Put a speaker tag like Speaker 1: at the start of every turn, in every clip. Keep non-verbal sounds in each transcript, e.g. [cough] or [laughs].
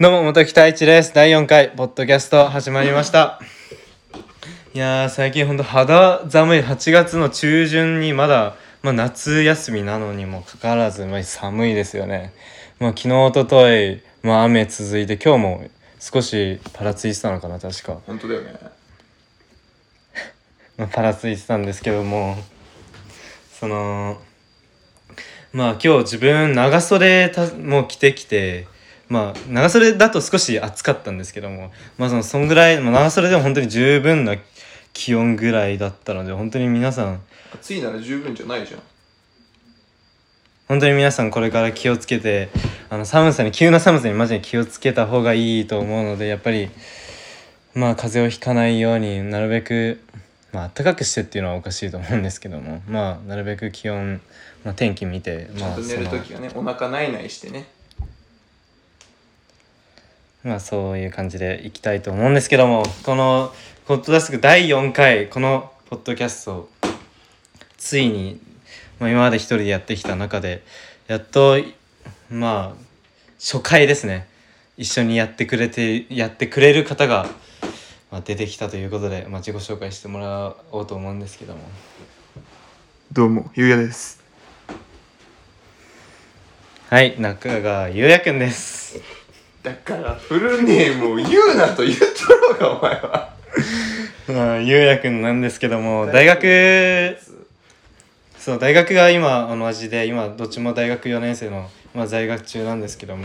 Speaker 1: どうも、元木太一です。第4回、ポッドキャスト始まりました。いやー、最近ほんと肌寒い、8月の中旬にまだ、まあ、夏休みなのにもかかわらず、まあ、寒いですよね。まあ、昨日、おととい、まあ、雨続いて、今日も少しパラついてたのかな、確か。
Speaker 2: 本当だよね
Speaker 1: まあ、パラついてたんですけどもそのまあ今日自分長袖たもう着てきてまあ長袖だと少し暑かったんですけどもまあそのそんぐらい、まあ、長袖でも本当に十分な気温ぐらいだったので本当に皆さん
Speaker 2: 暑いなら十分じゃないじゃん
Speaker 1: 本当に皆さんこれから気をつけてあの寒さに急な寒さにマジで気をつけた方がいいと思うのでやっぱりまあ風邪をひかないようになるべくまあ暖かくしてっていうのはおかしいと思うんですけどもまあなるべく気温、まあ、天気見て
Speaker 2: ちゃ
Speaker 1: ま
Speaker 2: ん
Speaker 1: あ
Speaker 2: と寝
Speaker 1: そ
Speaker 2: る
Speaker 1: の
Speaker 2: ときはねお腹ないないしてね
Speaker 1: まあそういう感じでいきたいと思うんですけどもこの「ホットダスク」第4回このポッドキャストついに、まあ、今まで一人でやってきた中でやっとまあ初回ですね一緒にやってくれてやってくれる方が、まあ、出てきたということで、まあ、自己紹介してもらおうと思うんですけども
Speaker 2: どうもゆうやです
Speaker 1: はい中川裕也くんです
Speaker 2: だからフルネームを言うなと言っとろうがお前は
Speaker 1: まあ裕也くんなんですけども大学そう大学が今同じで今どっちも大学4年生の、まあ、在学中なんですけども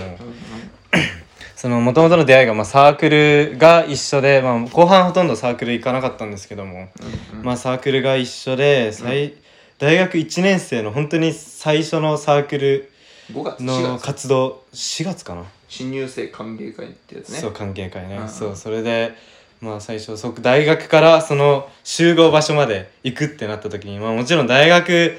Speaker 1: その元々の出会いが、まあ、サークルが一緒で、まあ、後半ほとんどサークル行かなかったんですけども、まあ、サークルが一緒で最大学1年生の本当に最初のサークル
Speaker 2: 5月4
Speaker 1: の
Speaker 2: 月
Speaker 1: 活動4月かな、
Speaker 2: 新入生歓迎会ってやつね
Speaker 1: そう関係会ね、
Speaker 2: うんうん
Speaker 1: そうそれでまあ最初即大学からその集合場所まで行くってなった時にまあもちろん大学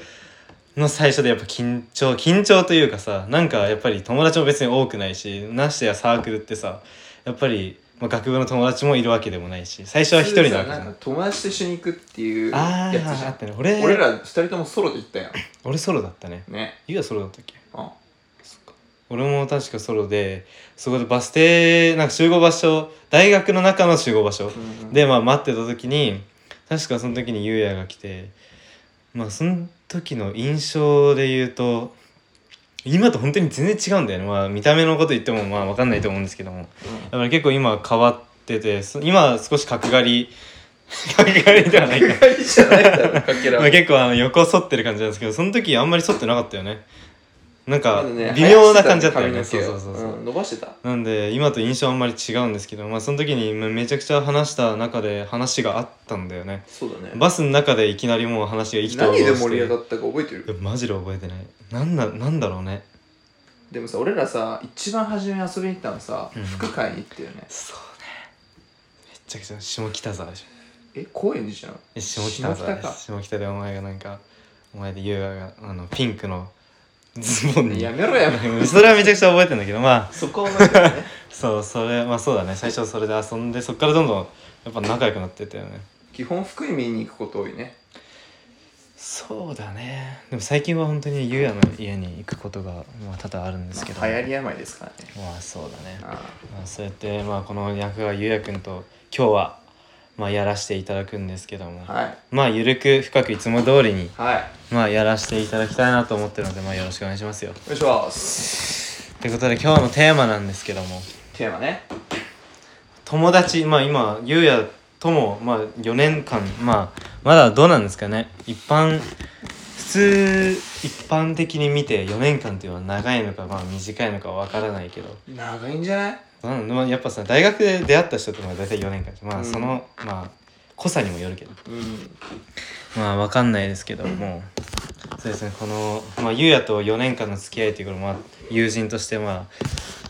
Speaker 1: の最初でやっぱ緊張緊張というかさなんかやっぱり友達も別に多くないしなしてやサークルってさやっぱり、まあ、学部の友達もいるわけでもないし最初は一人なわ
Speaker 2: だ
Speaker 1: けじゃん
Speaker 2: 友達と一緒に行くっていう
Speaker 1: あ
Speaker 2: や
Speaker 1: ー
Speaker 2: つじ
Speaker 1: あ
Speaker 2: ゃ
Speaker 1: ったね
Speaker 2: ん
Speaker 1: 俺
Speaker 2: 俺ら二人ともソロで行ったやん
Speaker 1: 俺ソロだったね
Speaker 2: ね
Speaker 1: ゆうはソロだったっけ
Speaker 2: あ
Speaker 1: 俺も確かソロでそこでバス停なんか集合場所大学の中の集合場所、でまあ待ってた時に確かその時にゆうやが来てまあその時の印象で言うと今と本当に全然違うんだよねまあ見た目のこと言ってもまあ分かんないと思うんですけどもだから結構今変わっててそ今は少し角刈り [laughs] 角刈りではないか
Speaker 2: かりじゃないだろかけら
Speaker 1: まあ
Speaker 2: [laughs]
Speaker 1: 結構あの横反ってる感じなんですけどその時あんまり反ってなかったよねなんか
Speaker 2: まだね
Speaker 1: [laughs] 微妙な感じだったよねそ
Speaker 2: 生や
Speaker 1: う
Speaker 2: して
Speaker 1: そうそ
Speaker 2: ね
Speaker 1: うそう、
Speaker 2: 髪の毛をうん伸ばしてた
Speaker 1: なんで今と印象あんまり違うんですけど、まあ、その時にまあめちゃくちゃ話した中で話があったんだよね
Speaker 2: そうだね
Speaker 1: バスの中でいきなりもう話が意気投合
Speaker 2: 何
Speaker 1: して
Speaker 2: で盛り上がったか覚えてる
Speaker 1: いやマジで覚えてないなんだなんだろうね
Speaker 2: でもさ俺らさ一番初めに遊びに行ったのさ、
Speaker 1: うん
Speaker 2: 服買いに行ったよね
Speaker 1: そうねめちゃくちゃ下北沢でしょ
Speaker 2: え高円寺じゃん
Speaker 1: え下北沢で
Speaker 2: 下
Speaker 1: す下北でお前がなんかお前で優雅があのピンクのズボンに
Speaker 2: やめろやめ
Speaker 1: [laughs]
Speaker 2: ろ
Speaker 1: それはめちゃくちゃ覚えてんだけどまあ
Speaker 2: そこは覚え
Speaker 1: [laughs]
Speaker 2: てるね
Speaker 1: そうそれまあそうだね最初それで遊んでそっからどんどんやっぱ仲良くなってったよね
Speaker 2: 基本服見に行くこと多いね
Speaker 1: そうだねでも最近は本当にゆうやの家に行くことが、まあ、多々あるんですけど
Speaker 2: 流行り病ですからね
Speaker 1: まあそうだね
Speaker 2: あ
Speaker 1: まあ、そうやって、まあ、この役はゆうやくんと今日は、まあ、やらせていただくんですけども、
Speaker 2: あはい
Speaker 1: まあゆるく深くいつも通りに、
Speaker 2: はい
Speaker 1: まあ、やらせていただきたいなと思ってるので、まあ、よろしくお願いしますよ
Speaker 2: お願いします
Speaker 1: ということで今日のテーマなんですけども
Speaker 2: テーマね
Speaker 1: 友達まあ今ゆうやともまあ4年間まあまだどうなんですかね一般普通一般的に見て4年間っていうのは長いのかまあ短いのかわからないけど
Speaker 2: 長いんじゃない
Speaker 1: なんまあやっぱさ大学で出会った人ってまあ大体4年間じゃんま
Speaker 2: う
Speaker 1: あ
Speaker 2: ん
Speaker 1: その、まあ濃さにもよるけど
Speaker 2: うん
Speaker 1: まあわかんないですけどもそうですねこの、まあ、ゆうやと4年間の付き合いということまあ友人として、まあ、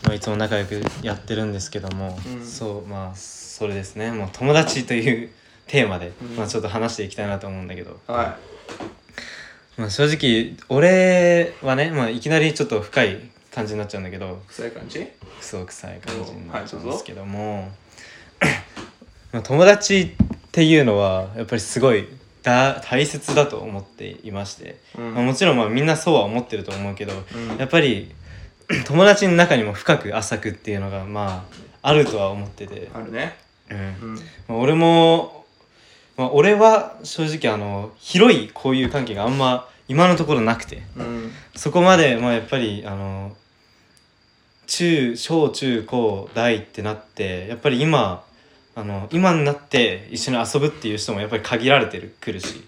Speaker 1: まあいつも仲良くやってるんですけども、
Speaker 2: うん
Speaker 1: そうまあそれですねもう友達というテーマで、
Speaker 2: うん
Speaker 1: まあ、ちょっと話していきたいなと思うんだけど、
Speaker 2: は
Speaker 1: まあ、正直俺はね、まあ、いきなりちょっと深い感じになっちゃうんだけど
Speaker 2: いそういう感じ
Speaker 1: クソ臭い感じになっちゃうん
Speaker 2: はいどうぞ
Speaker 1: ですけども、まあ友達っていうのはやっぱりすごいだ大切だと思っていまして、
Speaker 2: うん
Speaker 1: まあもちろんまあみんなそうは思ってると思うけど、
Speaker 2: うん
Speaker 1: やっぱり友達の中にも深く浅くっていうのがまああるとは思ってて、
Speaker 2: あるね
Speaker 1: うん
Speaker 2: うん
Speaker 1: まあ、俺も、まあ、俺は正直あの広い交友関係があんま今のところなくて
Speaker 2: うん
Speaker 1: そこまでまあやっぱりあの中小中高大ってなってやっぱり今あの今になって一緒に遊ぶっていう人もやっぱり限られてるくるし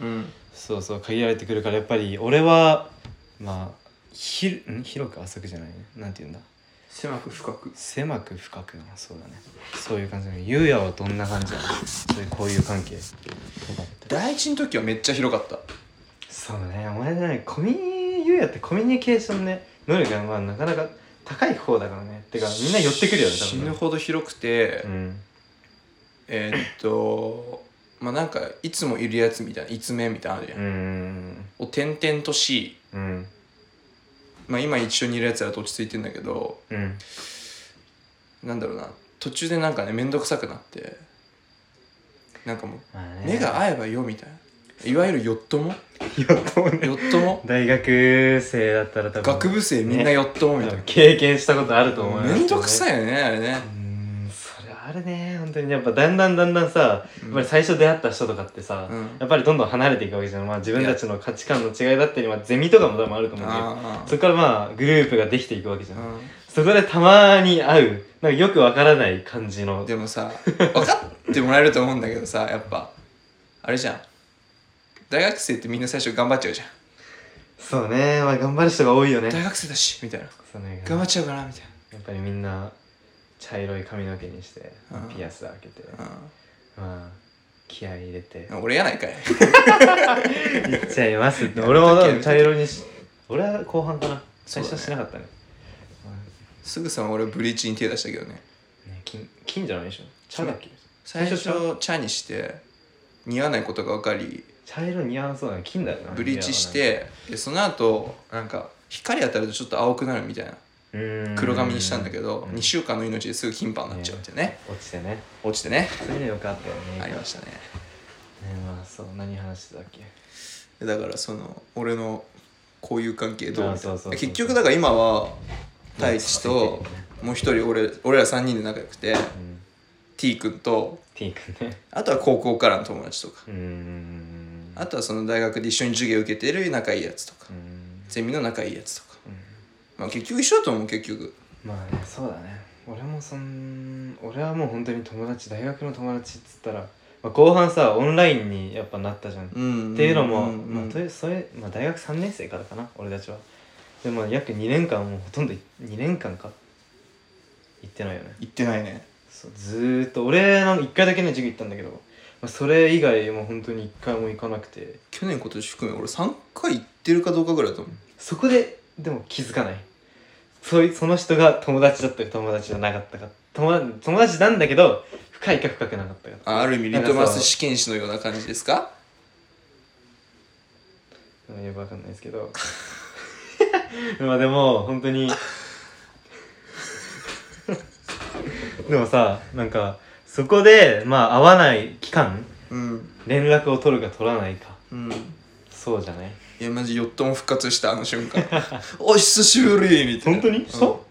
Speaker 2: うん
Speaker 1: そうそう限られてくるからやっぱり俺はまあひん広く浅くじゃないねなんて言うんだ
Speaker 2: 狭く深く
Speaker 1: 狭く深くなそうだねそういう感じでゆうやはどんな感じなのそういうこういう関係
Speaker 2: 第一の時はめっちゃ広かった
Speaker 1: そうねお前ねコミュゆうやってコミュニケーションね能力がまあなかなか高い方だからねてかみんな寄ってくるよね多
Speaker 2: 死
Speaker 1: 分
Speaker 2: ぬ
Speaker 1: ね
Speaker 2: ほど広くて、
Speaker 1: うん
Speaker 2: えーっとまあなんかいつもいるやつみたいないつめみたいなのあるじゃん、
Speaker 1: うん
Speaker 2: を転々とし
Speaker 1: うん
Speaker 2: まあ今一緒にいるやつらと落ち着いてんだけど
Speaker 1: うん
Speaker 2: なんだろうな途中でなんかね面倒くさくなってなんかもう
Speaker 1: まあね
Speaker 2: 目が合えばよみたいないわゆるよっとも
Speaker 1: いやどうね
Speaker 2: よっ
Speaker 1: [laughs]
Speaker 2: とも
Speaker 1: 大学生だったら多分
Speaker 2: 学部生みんなよっともみたいな
Speaker 1: 経験したことあると思いますよね
Speaker 2: 面倒くさいよねあれ
Speaker 1: う
Speaker 2: ね
Speaker 1: ーんそれあるね本当にやっぱだんだんだんだんさ、
Speaker 2: うん
Speaker 1: やっぱり最初出会った人とかってさ、
Speaker 2: うん
Speaker 1: やっぱりどんどん離れていくわけじゃん、まあ、自分たちの価値観の違いだったり、まあ、ゼミとかも多分あると思うんだけど
Speaker 2: あ
Speaker 1: そこからまあグループができていくわけじゃん、
Speaker 2: あ
Speaker 1: そこでたまに会うなんかよくわからない感じ
Speaker 2: う
Speaker 1: の
Speaker 2: んでもさ分かってもらえると思うんだけどさやっぱあれじゃん大学生ってみんな最初頑張っちゃうじゃん
Speaker 1: そうねまあ頑張る人が多いよね
Speaker 2: 大学生だしみたいな
Speaker 1: そうね
Speaker 2: 頑張
Speaker 1: や
Speaker 2: っちゃうかなみたい
Speaker 1: っぱりみんな茶色い髪の毛にして
Speaker 2: うん
Speaker 1: ピアス開けて、
Speaker 2: な、
Speaker 1: まあ気合い入れて
Speaker 2: うん、俺やないかい
Speaker 1: いっちゃいますって俺も多分茶色にし俺は後半かな
Speaker 2: そ
Speaker 1: 最
Speaker 2: うだ
Speaker 1: 初
Speaker 2: ね
Speaker 1: はしなかったね
Speaker 2: すぐさま俺ブリーチに手出したけどね
Speaker 1: ね金金じゃないでしょ茶だっけ
Speaker 2: 最
Speaker 1: 最初
Speaker 2: 初茶にして似合わないことが分かり
Speaker 1: 茶色似合わそうだね金だよな
Speaker 2: ブリーチしてでその後なんか光当たるとちょっと青くなるみたいな
Speaker 1: うーん
Speaker 2: 黒髪にしたんだけど
Speaker 1: うん
Speaker 2: 2週間の命ですぐ金歯になっちゃうってね
Speaker 1: 落ちてね
Speaker 2: 落ちてね
Speaker 1: そういうのよくあったよね
Speaker 2: ありましたね
Speaker 1: ねまあそう何話してたっけ
Speaker 2: でだからその俺の交友関係どう
Speaker 1: あ
Speaker 2: み
Speaker 1: ー
Speaker 2: た
Speaker 1: そ
Speaker 2: いうな
Speaker 1: そうそう
Speaker 2: 結局だから今は太一ともう一人俺俺ら3人で仲良くて
Speaker 1: うん
Speaker 2: T 君と
Speaker 1: T 君ね
Speaker 2: あとは高校からの友達とか
Speaker 1: うーん
Speaker 2: あとはその大学で一緒に授業受けてる仲いいやつとか
Speaker 1: うーん
Speaker 2: ゼミの仲いいやつとか
Speaker 1: うん
Speaker 2: まあ結局一緒だと思う結局
Speaker 1: まあねそうだね俺もそん俺はもう本当に友達大学の友達っつったら、まあ、後半さオンラインにやっぱなったじゃん、
Speaker 2: うん
Speaker 1: っていうのも、
Speaker 2: ん
Speaker 1: まあ、とりあえずそれまあ、大学3年生からかな俺たちはでも約2年間もうほとんど2年間か行ってないよね
Speaker 2: 行ってないね
Speaker 1: そうずーっと俺なんか1回だけね授業行ったんだけど、まあ、それ以外もう本当に1回も行かなくて
Speaker 2: 去年今年含め俺3回行ってるかどうかぐらいだと思う
Speaker 1: そこででも気づかないそういその人が友達だったか友達じゃなかったか友達友達なんだけど深いか深くなかったか
Speaker 2: あある意味リトマス試験紙のような感じですか
Speaker 1: うんよくわかんないですけど [laughs] まあでも本当に [laughs] でもさなんかそこでまあ会わない期間
Speaker 2: うん
Speaker 1: 連絡を取るか取らないか
Speaker 2: うん
Speaker 1: そうじゃない
Speaker 2: いやマジよっとも復活したあの
Speaker 1: [laughs]
Speaker 2: 瞬間お久しぶりみたいな
Speaker 1: 本当にそ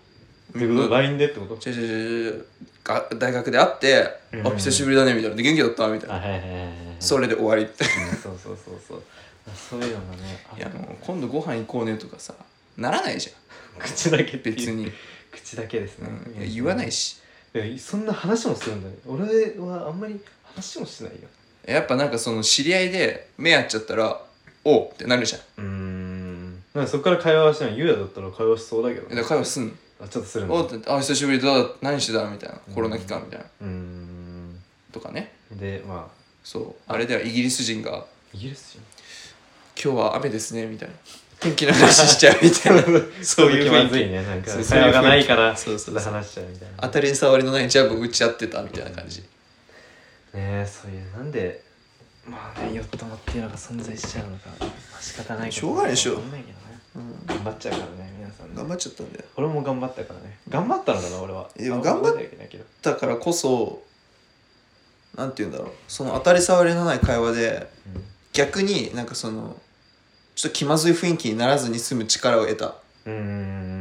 Speaker 1: うってこと LINE でってこと
Speaker 2: 違う違う違う違うが大学で会って「
Speaker 1: うん
Speaker 2: あ久しぶりだね」みたいな「で元気だった?」みたいな、
Speaker 1: あはいはいはいはいはい
Speaker 2: それで終わりみたい
Speaker 1: うんそうそうそうそうそういうのがねあ
Speaker 2: ないや
Speaker 1: るかも
Speaker 2: もう今度ご飯行こうねとかさならないじゃ
Speaker 1: 口だけっ
Speaker 2: ん
Speaker 1: ていう
Speaker 2: 別に、
Speaker 1: 口だけです
Speaker 2: う
Speaker 1: ね、
Speaker 2: ん、いや言わないし
Speaker 1: いやそんな話もするんだね俺はあんまり話もしないよ
Speaker 2: やっぱなんかその知り合いで目合っちゃったら「おう」ってなるじゃん
Speaker 1: うーんなんかそっから会話はしないゆうやだったら会話しそうだけど
Speaker 2: え
Speaker 1: ね
Speaker 2: だから会話すんの
Speaker 1: あちょっとする
Speaker 2: 「
Speaker 1: んだ
Speaker 2: おう」
Speaker 1: う
Speaker 2: って「あ久しぶりだ何してた?」みたいな
Speaker 1: うん
Speaker 2: コロナ期間みたいな
Speaker 1: ーん
Speaker 2: とかね
Speaker 1: でまあ
Speaker 2: そうあれではイギリス人が
Speaker 1: イギリス人
Speaker 2: 「今日は雨ですね」みたいな天気の話しちゃうみたいな [laughs] [laughs] そういう
Speaker 1: ちょっと気ま
Speaker 2: 雰囲気
Speaker 1: ずいねなんか
Speaker 2: そう
Speaker 1: 会話がないからち
Speaker 2: そう
Speaker 1: ょ
Speaker 2: いう雰囲気
Speaker 1: っと話しちゃうみたいな
Speaker 2: 当たり障りのないジャブを打ち合ってたみたいな感じ
Speaker 1: ねえそういうなんでまあねヨットモっていうのが存在しちゃうのか、まあ、仕方ない
Speaker 2: しょうがないでしょ
Speaker 1: わかんないけどね頑張っちゃうからね皆さんね
Speaker 2: 頑張っちゃったんだよ
Speaker 1: 俺も頑張ったからね頑張ったのかな俺は
Speaker 2: えでも
Speaker 1: あ
Speaker 2: 頑張っ
Speaker 1: 覚えてないけど
Speaker 2: だからこそなんて言うんだろうその当たり障りのない会話で逆になんかそのちょっと気まずい雰囲気にならずに済む力を得た
Speaker 1: うんうーん